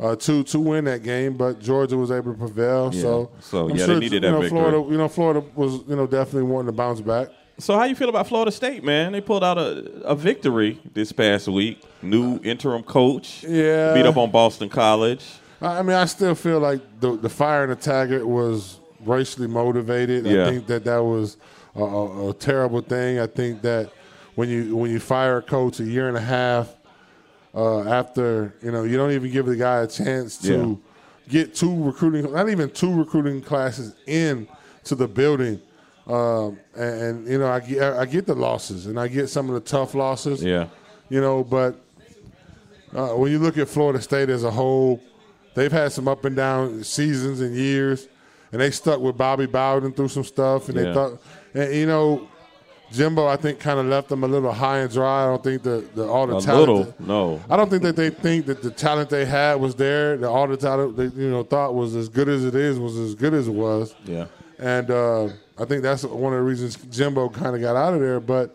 Uh, to to win that game, but Georgia was able to prevail.
Yeah.
So,
So, yeah, they needed
you
that
know,
victory.
Florida, you know, Florida was you know definitely wanting to bounce back.
So how you feel about Florida State, man? They pulled out a, a victory this past week. New interim coach.
Yeah.
Beat up on Boston College.
I I mean, I still feel like the the fire in the Taggart was racially motivated.
Yeah.
I think that that was a, a, a terrible thing. I think that when you when you fire a coach a year and a half uh, after, you know, you don't even give the guy a chance to get two recruiting, not even two recruiting classes in to the building. Um, and, and you know, I get I get the losses, and I get some of the tough losses
Yeah.
you know. But uh, when you look at Florida State as a whole, they've had some up and down seasons and years, and they stuck with Bobby Bowden through some stuff, and
Yeah.
they thought, and you know, Jimbo, I think, kind of left them a little high and dry. I don't think the, the all the
A
talent.
little, no.
I don't think that they think that the talent they had was there. The all the talent they you know thought was as good as it is was as good as it was.
Yeah.
And uh, I think that's one of the reasons Jimbo kind of got out of there. But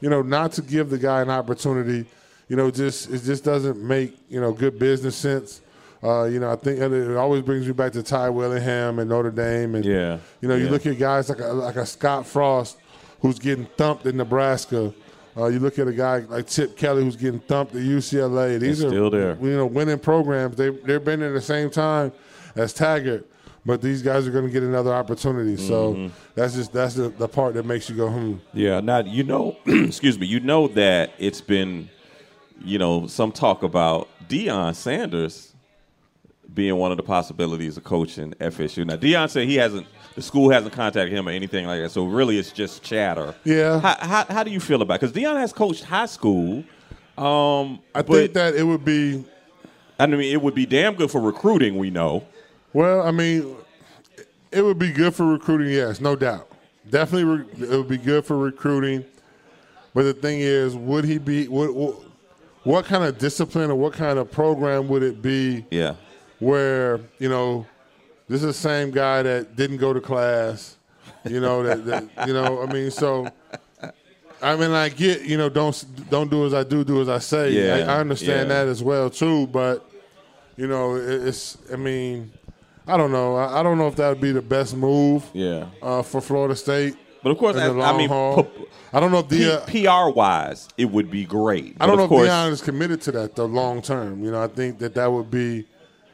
you know, not to give the guy an opportunity, you know, just it just doesn't make you know good business sense. Uh, you know, I think and it always brings me back to Ty Willingham and Notre Dame, and
Yeah.
you know, you
Yeah.
look at guys like a, like a Scott Frost who's getting thumped in Nebraska. Uh, you look at a guy like Chip Kelly who's getting thumped at UCLA. These
They're
are
still there.
you know, winning programs. They they've been at the same time as Taggart, but these guys are going to get another opportunity.
Mm-hmm.
So that's just that's the, the part that makes you go hmm.
Yeah, now you know, <clears throat> excuse me, you know that it's been, you know, some talk about Deion Sanders being one of the possibilities of coaching FSU. Now, Dion said he hasn't, the school hasn't contacted him or anything like that. So really, it's just chatter.
Yeah.
How, how, how do you feel about? Because Dion has coached high school. Um,
I
but-
think that it would be
I mean, it would be damn good for recruiting. We know.
Well, I mean, it would be good for recruiting, yes, no doubt. Definitely, re- it would be good for recruiting. But the thing is, would he be what? What, what kind of discipline or what kind of program would it be?
Yeah.
where you know this is the same guy that didn't go to class you know that, that you know i mean so i mean i get you know don't s- don't do as i do do as i say
Yeah,
i, I understand
yeah.
that as well too but you know it, it's i mean i don't know i, I don't know if that would be the best move
Yeah.
uh, for florida state
But of course,
in
I-
the
I
long
mean,
haul.
pu-
i don't know if
P-
the uh,
PR wise, it would be great.
I don't
But
know
of course,
if Deion is committed to that though, long term. You know, I think that that would be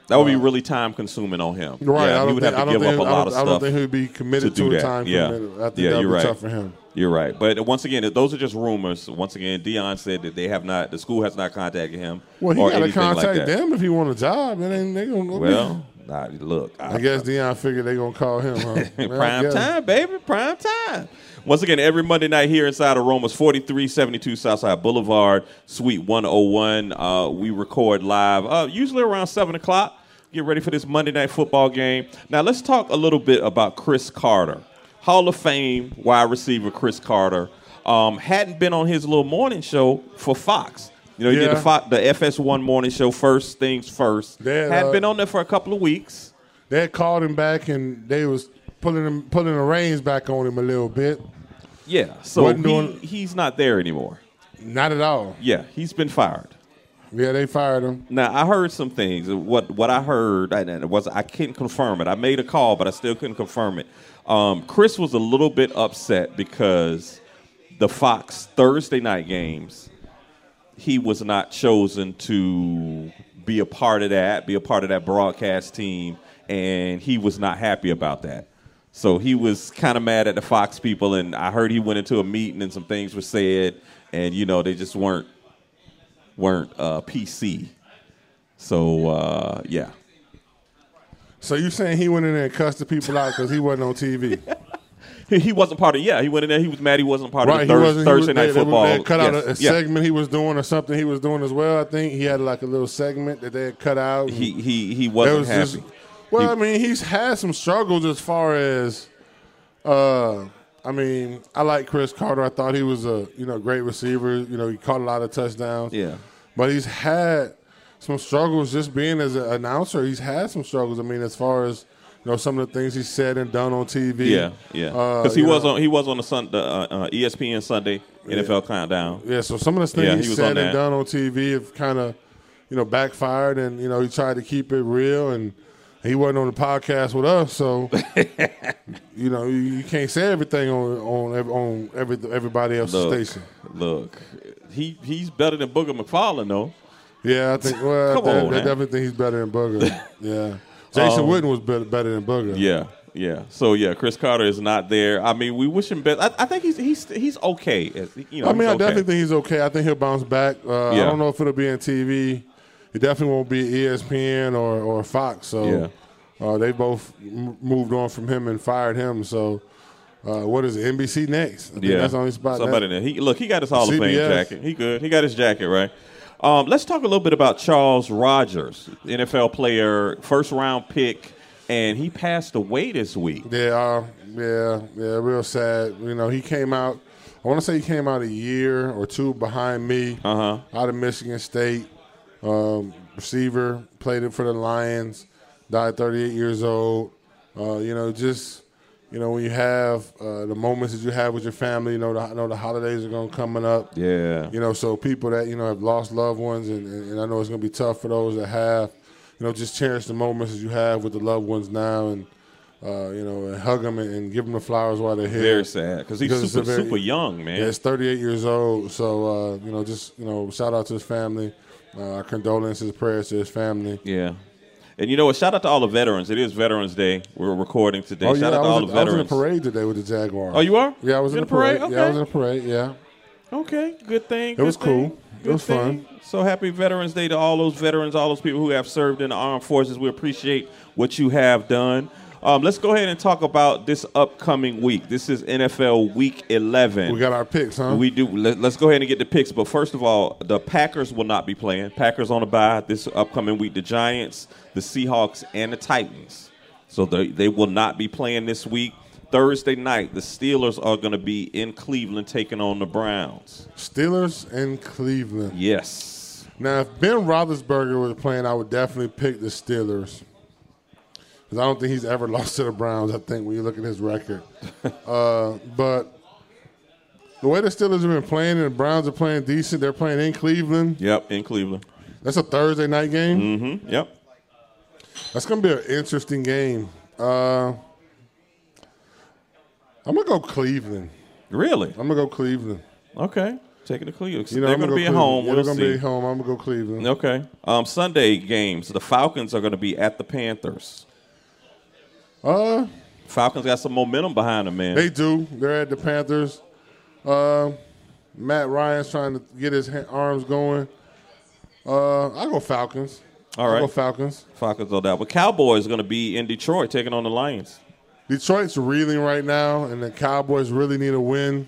that would be really time consuming on him.
Uh, Right.
Yeah,
I don't
he would
think,
have to
I don't
give
think,
up a
I
lot
don't,
of
I
stuff.
don't think he would be committed
to
to,
do
a
that.
time
yeah.
commitment. I think
yeah,
that would
you're
be
right.
tough for him.
You're right. But once again, those are just rumors. Once again, Dion said that they have not, the school has not contacted him.
Well, he
or
got to
anything
contact
like that.
them if he want a job, and then they gonna
Well, nah, look, I,
I guess Deion figured they gonna call him.
<laughs>
Huh? Man, I
prime
guess.
time, baby, prime time. Once again, every Monday night here inside of Roma's 4372 Southside Boulevard, Suite 101. Uh, we record live, uh, usually around 7 o'clock. Get ready for this Monday night football game. Now, let's talk a little bit about Chris Carter. Hall of Fame wide receiver Chris Carter um, hadn't been on his little morning show for Fox. You know, he did
Yeah.
the, Fo- the FS1 morning show, First Things First.
They had,
hadn't
uh,
been on there for a couple of weeks.
They had called him back, and they was pulling him, pulling the reins back on him a little bit.
Yeah, so
Wasn't
he,
doing-
he's not there anymore.
Not at all.
Yeah, he's been fired.
Yeah, they fired him.
Now I heard some things. What what I heard and it was I couldn't confirm it. I made a call, but I still couldn't confirm it. Um, Chris was a little bit upset because the Fox Thursday night games, he was not chosen to be a part of that, be a part of that broadcast team, and he was not happy about that. So he was kind of mad at the Fox people, and I heard he went into a meeting and some things were said, and you know they just weren't weren't uh, PC. So uh, yeah,
So you saying he went in there and cussed the people out because he wasn't on
<laughs>
TV?
he, he wasn't part of. Yeah, he went in there. He was mad. He wasn't part
right,
of
he
the Thurs-
wasn't. he was-
Thursday
they-
night
they-
football.
They, had cut out
Yes,
a, a
yeah.
segment he was doing or something he was doing as well. I think he had like a little segment that they had cut out. and-
He he he
That
wasn't
was
happy.
just- well, I mean, he's had some struggles as far as. Uh, I mean, I like Chris Carter. I thought he was a you know great receiver. You know, he caught a lot of touchdowns.
Yeah.
but he's had some struggles just being as an announcer. He's had some struggles. I mean, as far as you know, some of the things he said and done on TV.
yeah, yeah,
Uh,
because he
you
was
know,
on he was on the Sun the, uh, uh, ESPN Sunday NFL countdown.
Yeah, so some of the things
Yeah,
he,
he was on
said
that.
and done on TV have kind of, you know, backfired, and you know he tried to keep it real, and he wasn't on the podcast with us,
<laughs>
so you know you, you can't say everything on on ev- on every everybody else's
Look,
station.
look, he he's better than Booger McFarlane though.
Yeah, I think. Well,
Come
they,
on, Um,
they
man.
definitely think he's better than
<laughs>
Booger. yeah, Jason Witten was better, better than Booger.
Yeah, yeah. So yeah, Chris Carter is not there. I mean, we wish him best. I, I think he's he's he's okay. as- You know,
I mean,
he's
I
okay.
definitely think he's okay. I think he'll bounce back. Uh,
Yeah.
I don't know if it'll be in TV. It definitely won't be E ESPN or, or Fox. So uh, they both m- moved on from him and fired him. So uh, what is it? NBC next? I think that's the only spot.
Somebody
that-
there. He look, he got his Hall of Fame
CBS.
jacket. He good. He got his jacket right. Um, let's talk a little bit about Charles Rogers, NFL player, first round pick, and he passed away this week.
Yeah, uh, yeah, yeah. Real sad. You know, he came out. I want to say he came out a year or two behind me.
Uh-huh.
Out of Michigan State, um, receiver played it for the Lions. Died 38 years old. Uh, you know, just you know when you have uh, the moments that you have with your family. You know, the, I know the holidays are going coming up.
Yeah.
You know, so people that you know have lost loved ones, and, and, and I know it's going to be tough for those that have. You know, just cherish the moments that you have with the loved ones now, and uh, you know, and hug them and, and give them the flowers while they're here.
Very sad because he's
it's
super
a very-
super young, man.
Yeah, he's 38 years old. So uh, you know, just you know, shout out to his family. Uh, our condolences, prayers to his family.
Yeah. And you know what? Shout out to all the veterans. It is Veterans Day. We're recording today.
oh
Shout
yeah,
out
I
to
was,
all the
I was in a
veterans.
parade today with the Jaguars.
Oh, you are?
Yeah, I was
You
in
in
a
a parade?
parade. Yeah, I was
Okay.
in a parade. Yeah.
Okay, good thing.
It was cool. It was fun.
So happy Veterans Day to all those veterans, all those people who have served in the armed forces. We appreciate what you have done. Um, let's go ahead and talk about this upcoming week. This is NFL Week 11.
We got our picks, huh?
We do. Let, us go ahead and get the picks. But first of all, the Packers will not be playing. Packers on a bye this upcoming week. The Giants, the Seahawks, and the Titans. So they, they will not be playing this week. Thursday night, the Steelers are going to be in Cleveland taking on the Browns.
Steelers and Cleveland.
Yes.
Now, if Ben Roethlisberger was playing, I would definitely pick the Steelers. Because I don't think he's ever <laughs> lost to the Browns, I think, when you look at his
<laughs>
record. uh, but the way the Steelers have been playing and the Browns are playing decent, they're playing in Cleveland.
Yep, in Cleveland.
That's a Thursday night game.
Mm-hmm. Yep.
That's going to be an interesting game. Uh, I'm going to go Cleveland.
Really?
I'm going to go Cleveland.
Okay. Taking the Cleveland.
You know,
they're
I'm
going to
go
be at
Cleveland.
home.
Yeah,
We'll
they're
see.
gonna be home. I'm going to go Cleveland.
Okay. Um, Sunday games. The Falcons are going to be at the Panthers.
Uh,
Falcons got some momentum behind them, man.
They do. They're at the Panthers. Uh, Matt Ryan's trying to get his ha- arms going. Uh, I go Falcons.
All right.
I go Falcons.
Falcons on that. But Cowboys going to be in Detroit taking on the Lions.
Detroit's reeling right now, and the Cowboys really need a win.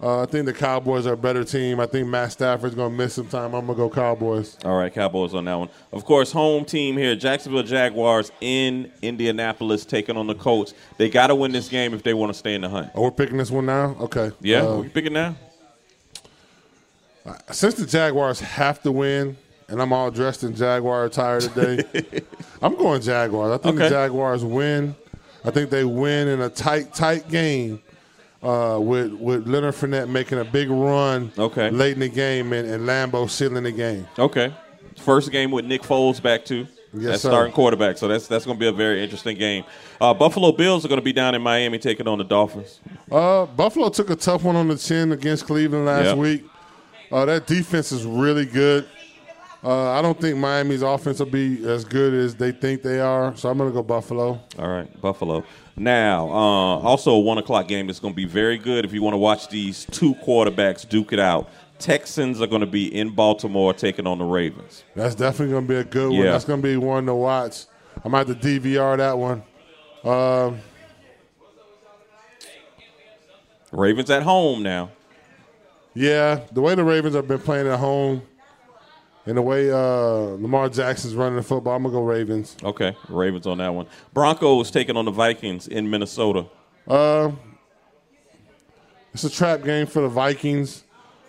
Uh, I think the Cowboys are a better team. I think Matt Stafford's going to miss some time. I'm going to go Cowboys.
All right, Cowboys on that one. Of course, home team here, Jacksonville Jaguars in Indianapolis taking on the Colts. They got to win this game if they want to stay in the hunt.
Oh, we're picking this one now? Okay.
Yeah,
Uh,
we pick it now.
since the Jaguars have to win, and I'm all dressed in Jaguar attire
<laughs>
today, I'm going Jaguars. I think the
Okay.
Jaguars win. I think they win in a tight, tight game uh, with with Leonard Fournette making a big run
Okay.
late in the game and, and Lambeau sealing the game.
Okay. First game with Nick Foles back to
Yes,
that's
sir.
starting quarterback. So that's that's going to be a very interesting game. Uh, Buffalo Bills are going to be down in Miami taking on the Dolphins.
Uh, Buffalo took a tough one on the chin against Cleveland last
Yep.
week. Uh, that defense is really good. Uh, I don't think Miami's offense will be as good as they think they are, so I'm going to go Buffalo.
All right, Buffalo. Now, uh, also a one o'clock game that's going to be very good if you want to watch these two quarterbacks duke it out. Texans are going to be in Baltimore taking on the Ravens.
That's definitely going to be a good one.
Yeah.
That's going to be one to watch. I might have to DVR that one. Um,
Ravens at home now.
yeah, the way the Ravens have been playing at home and the way uh, Lamar Jackson's running the football, I'm going to go Ravens.
Okay, Ravens on that one. Broncos taking on the Vikings in Minnesota.
It's a trap game for the Vikings,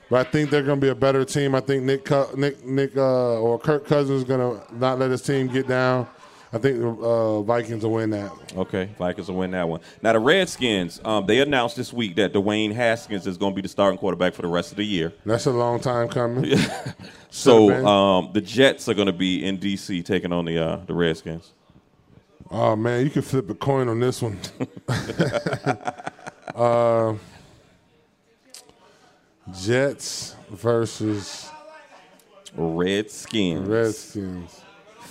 but I think they're going to be a better team. I think Nick Cou- Nick Nick uh, or Kirk Cousins is going to not let his team get down. I think the uh, Vikings will win that.
Okay, Vikings will win that one. Now the Redskins, um, they announced this week that Dwayne Haskins is going to be the starting quarterback for the rest of the year.
That's a long time coming.
So
man.
um, the Jets are going to be in DC taking on the uh, the Redskins.
Oh man, you can flip a coin on this
<laughs>
one. <laughs> uh, Jets versus
Redskins.
Redskins.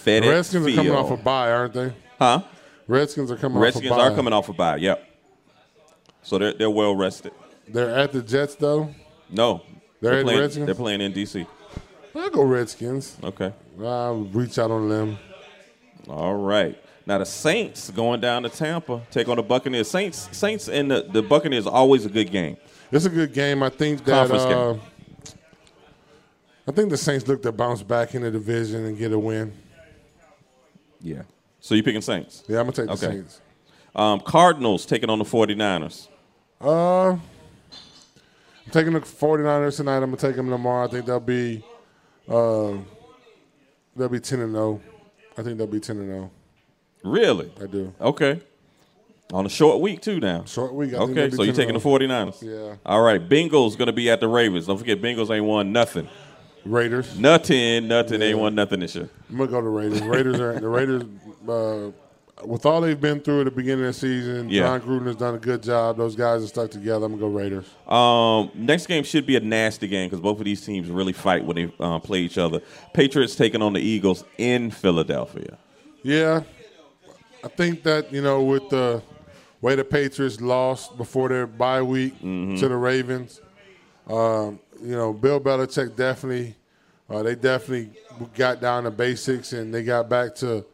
FedEx
The Redskins are coming
Field.
off a bye, aren't they?
huh?
Redskins are coming
Redskins
off a bye.
are coming off a bye. Yep. So they're they're well rested.
They're at the Jets though.
No,
They're in
playing.
Redskins?
They're playing in DC.
I go Redskins.
Okay.
I'll reach out on them.
All right. Now the Saints going down to Tampa, take on the Buccaneers. Saints, Saints, and the, the Buccaneers are always a good game.
It's a good game. I think that.
Conference
Uh,
game.
I think the Saints look to bounce back in the division and get a win.
Yeah. So you picking Saints?
Yeah, I'm gonna take the
Okay.
Saints.
Um, Cardinals taking on the 49ers.
Uh, I'm taking the 49ers tonight. I'm gonna take them tomorrow. I think they'll be, uh, they'll be 10 and 0. I think they'll be 10 and 0.
Really?
I do.
Okay. On a short week too now.
Short week. I think they'll
Okay,
be oh.
so you're
10
taking the 49ers.
Yeah.
All right, Bengals gonna be at the Ravens. Don't forget, Bengals ain't won nothing.
Raiders.
Nothing, nothing.
Yeah.
Ain't won nothing this year.
I'm gonna go to Raiders. Raiders are the Raiders. Uh, with all they've been through at the beginning of the season,
Yeah.
John Gruden has done a good job. Those guys are stuck together. I'm gonna go Raiders.
Um, next game should be a nasty game because both of these teams really fight when they uh, play each other. Patriots taking on the Eagles in Philadelphia.
Yeah, I think that you know with the way the Patriots lost before their bye week to the Ravens, Um, you know, Bill Belichick definitely, uh, they definitely got down to basics and they got back to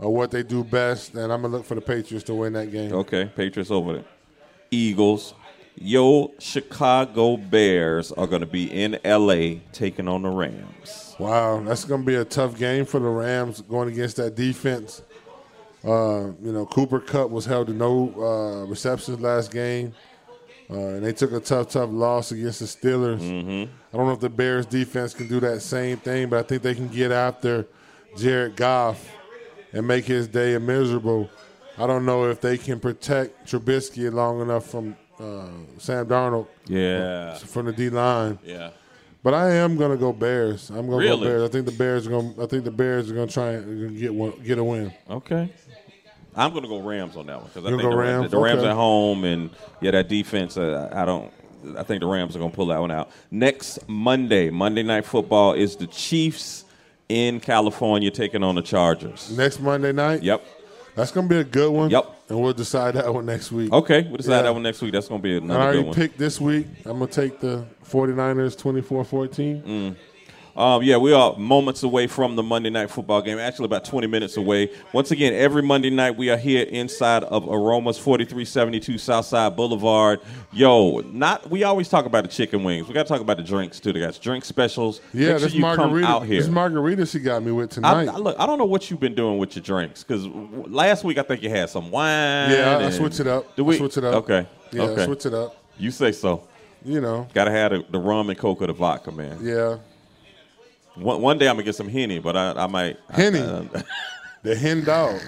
uh, what they do best. And I'm gonna look for the Patriots to win that game.
Okay, Patriots over there. Eagles. Yo, Chicago Bears are going to be in LA taking on the Rams.
Wow, that's gonna be a tough game for the Rams going against that defense. Uh, you know, Cooper Cup was held to no uh, receptions last game, uh, and they took a tough, tough loss against the Steelers. I don't know if the Bears defense can do that same thing, but I think they can get after Jared Goff and make his day miserable. I don't know if they can protect Trubisky long enough from uh, Sam Darnold
Yeah.
from the D line.
Yeah.
But I am gonna go Bears. I'm gonna
Really?
go Bears. I think the Bears are gonna. I think the Bears are gonna try and get one, get a win.
Okay. I'm going to go Rams on that one because I
You'll
think
go
the Rams,
Rams?
the Rams
Okay.
at home and yeah, that defense. Uh, I don't. I think the Rams are going to pull that one out. Next Monday, Monday Night Football is the Chiefs in California taking on the Chargers.
Next Monday night.
Yep.
That's gonna be a good one.
Yep.
And we'll decide that one next week.
Okay, we'll decide
Yeah.
that one next week. That's going to be
I
another
already
good one.
picked this week. I'm gonna take the 49ers
Mm.
24-14.
Um, yeah, we are moments away from the Monday night football game, actually about 20 minutes away. Once again, every Monday night we are here inside of Aromas 4372 Southside Boulevard. Yo, not we always talk about the chicken wings. We got to talk about the drinks too, guys. Drink specials.
Yeah,
Make sure
this
you
margarita.
come out here.
This margarita she got me with
I,
tonight.
I- look, I don't know what you've been doing with your drinks because last week I think you had some wine.
yeah, I, I
and-
switch it up.
Did we
I switch it up.
Okay.
Yeah,
okay.
I switch it up.
You say so.
You know.
Got to have the, the rum and coke or the vodka, man.
Yeah.
One, one day I'm gonna get some henny, but I, I might I-
Henny.
I-
The hen dog.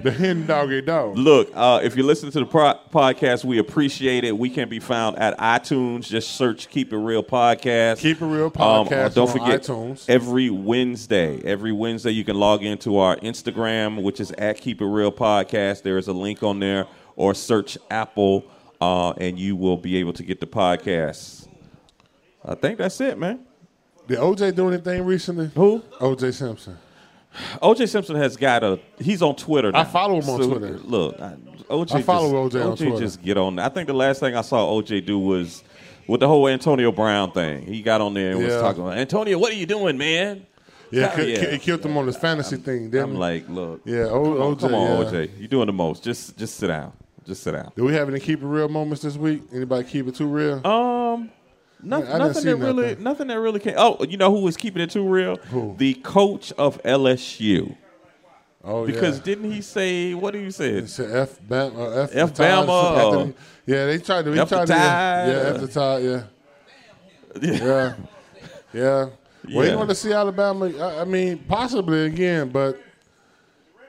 The hen doggy dog.
Look, uh, if you listen to the pro- podcast, we appreciate it. We can be found at iTunes. Just search "Keep It Real Podcast."
Keep It Real
Um,
Podcast
don't
on
forget,
iTunes.
every Wednesday, every Wednesday, you can log into our Instagram, which is at "Keep It Real Podcast." There is a link on there, or search Apple, uh, and you will be able to get the podcast. I think that's it, man.
Did OJ do anything recently?
Who?
OJ Simpson.
OJ Simpson has got a. He's on Twitter. Now.
I follow him on Twitter.
Look, I, OJ.
I follow
just,
OJ on Twitter.
just get on. I think the last thing I saw OJ do was with the whole Antonio Brown thing. He got on there and was
Yeah.
talking about Antonio. What are you doing, man?
Yeah,
Yeah.
it he killed him on his fantasy thing. Didn't
I'm
he?
like, look.
Yeah, O-
Come on,
OJ, yeah.
OJ. You're doing the most. Just, just sit down. Just sit down.
Do we have any keep it real moments this week? Anybody keep it too real?
Um, noth-
I didn't
nothing
see
that really,
nothing.
nothing that really came. Oh, you know who was keeping it too real?
Who?
The coach of LSU.
oh,
Because
yeah.
didn't he say? What do you say?
It's a F Bam, uh, F,
F
the Tide,
Bama,
something
or-
after the- yeah, they tried to. He
F the
tried to.
Tide,
Yeah,
or-
F the tide.
<laughs>
Yeah, yeah, yeah.
Yeah.
Waiting on to see Alabama. I, I mean, possibly again, but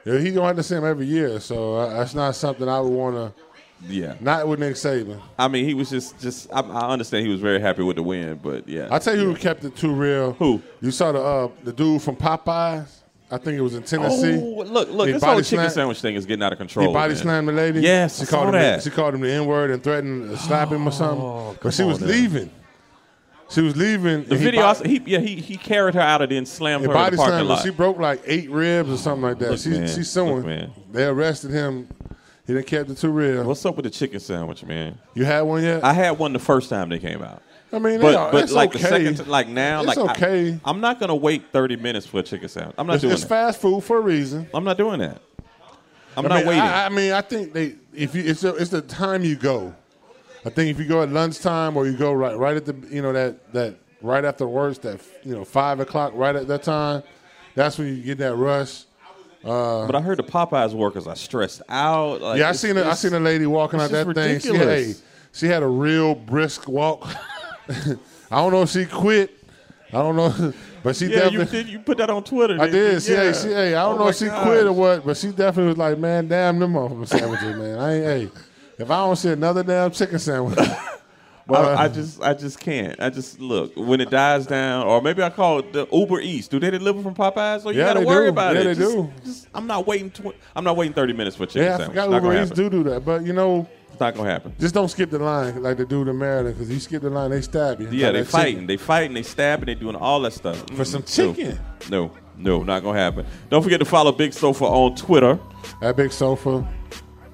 yeah, he gonna have to see him every year. So uh, that's not something I would want to.
Yeah.
Not with Nick Saban.
I mean, he was just, just. I, I understand he was very happy with the win, but yeah.
I tell you who kept it too real.
Who?
You saw the uh, the dude from Popeyes. I think it was in
oh,
Tennessee.
look, look,
He
this whole
body
chicken
slam-
sandwich thing is getting out of control.
He body
man.
slammed the lady.
Yes,
she
I saw
called him.
that. Oh,
The, she called him the N word and threatened to slap him or something. But she
come
was
on now.
leaving. She was leaving.
The video, I, saw- he yeah, he he carried her out and then slammed
and
her in
body
the parking
slammed. her.
lot.
She broke like eight ribs or something like that.
Look,
she,
man.
She's suing.
Look, man.
they arrested him. He didn't kept it too real.
What's up with the chicken sandwich, man?
you had one yet?
I had one the first time they came out,
I mean,
but
they are-
but
it's
like
okay.
the second, t- like now,
It's
like I-
okay.
I'm not gonna wait 30 minutes for a chicken sandwich. I'm not
it's,
doing
it's
that.
fast food for a reason.
I'm not doing that. I'm
I
not
mean,
waiting.
I, I mean, I think they if you it's a, it's the time you go. I think if you go at lunchtime or you go right right at the you know that that right after work that you know five o'clock right at that time, that's when you get that rush.
but I heard the Popeyes workers are stressed out. Like,
Yeah, I
it's-
seen a, I
it's-
seen a lady walking out
it's
that
just
thing. She had, hey,
ridiculous.
she had a real brisk walk. <laughs> I don't know if she quit. I don't know, <laughs> but she
Yeah, you
definitely.
did. You put that on Twitter.
I did. She,
Yeah.
hey, she, hey, I don't
Oh
know
my
if she
God.
quit or what, but she definitely was like, man, damn them motherfucking sandwiches, man. I ain't, hey, if I don't see another damn chicken sandwich, but
I, I just, I just can't. I just look when it dies down, or maybe I call it the Uber Eats. Do they deliver from Popeyes? Or you
Yeah,
gotta
they
worry
do.
about
Yeah,
it.
they
Just-
do.
just- I'm not waiting. Tw- I'm not waiting 30 minutes for a chicken
yeah, I
sandwich.
forgot
It's not
Uber
gonna
Eats
happen.
do do that, but you know,
It's not gonna happen.
just don't skip the line like the dude in Maryland because you skip the line, they stab you. Like
Yeah, they
that chicken.
fighting. They fighting. They stabbing. They doing all that stuff
For some
Mm,
chicken.
No, no, no, not gonna happen. Don't forget to follow Big Sofa on Twitter.
That big sofa,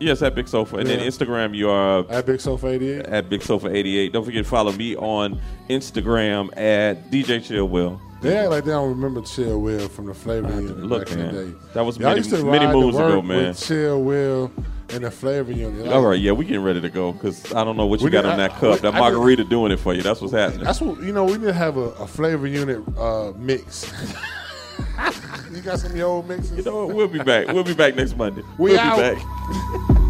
Yes, at Big Sofa. And
Yeah.
then Instagram, you are uh,
At Big Sofa 88.
at Big Sofa 88. Don't forget to follow me on Instagram at DJ Chillwell.
They act like they don't remember Chill Will from the Flavor Unit
look,
back in the
man.
day.
That was
Y'all
many-
used to
many
ride
moves
to work
ago, man.
With Chill Will and the Flavor Unit. Like,
All right, yeah, we getting ready to go because I don't know what you
We
got
did-
in that
I-
cup.
I-
That
I did-
margarita doing it for you. That's what's happening.
That's what you know. We need to have a, a Flavor Unit uh, mix. you got some of your old mixes.
You know what? We'll be back. We'll be back next Monday.
We
will
out.
be back.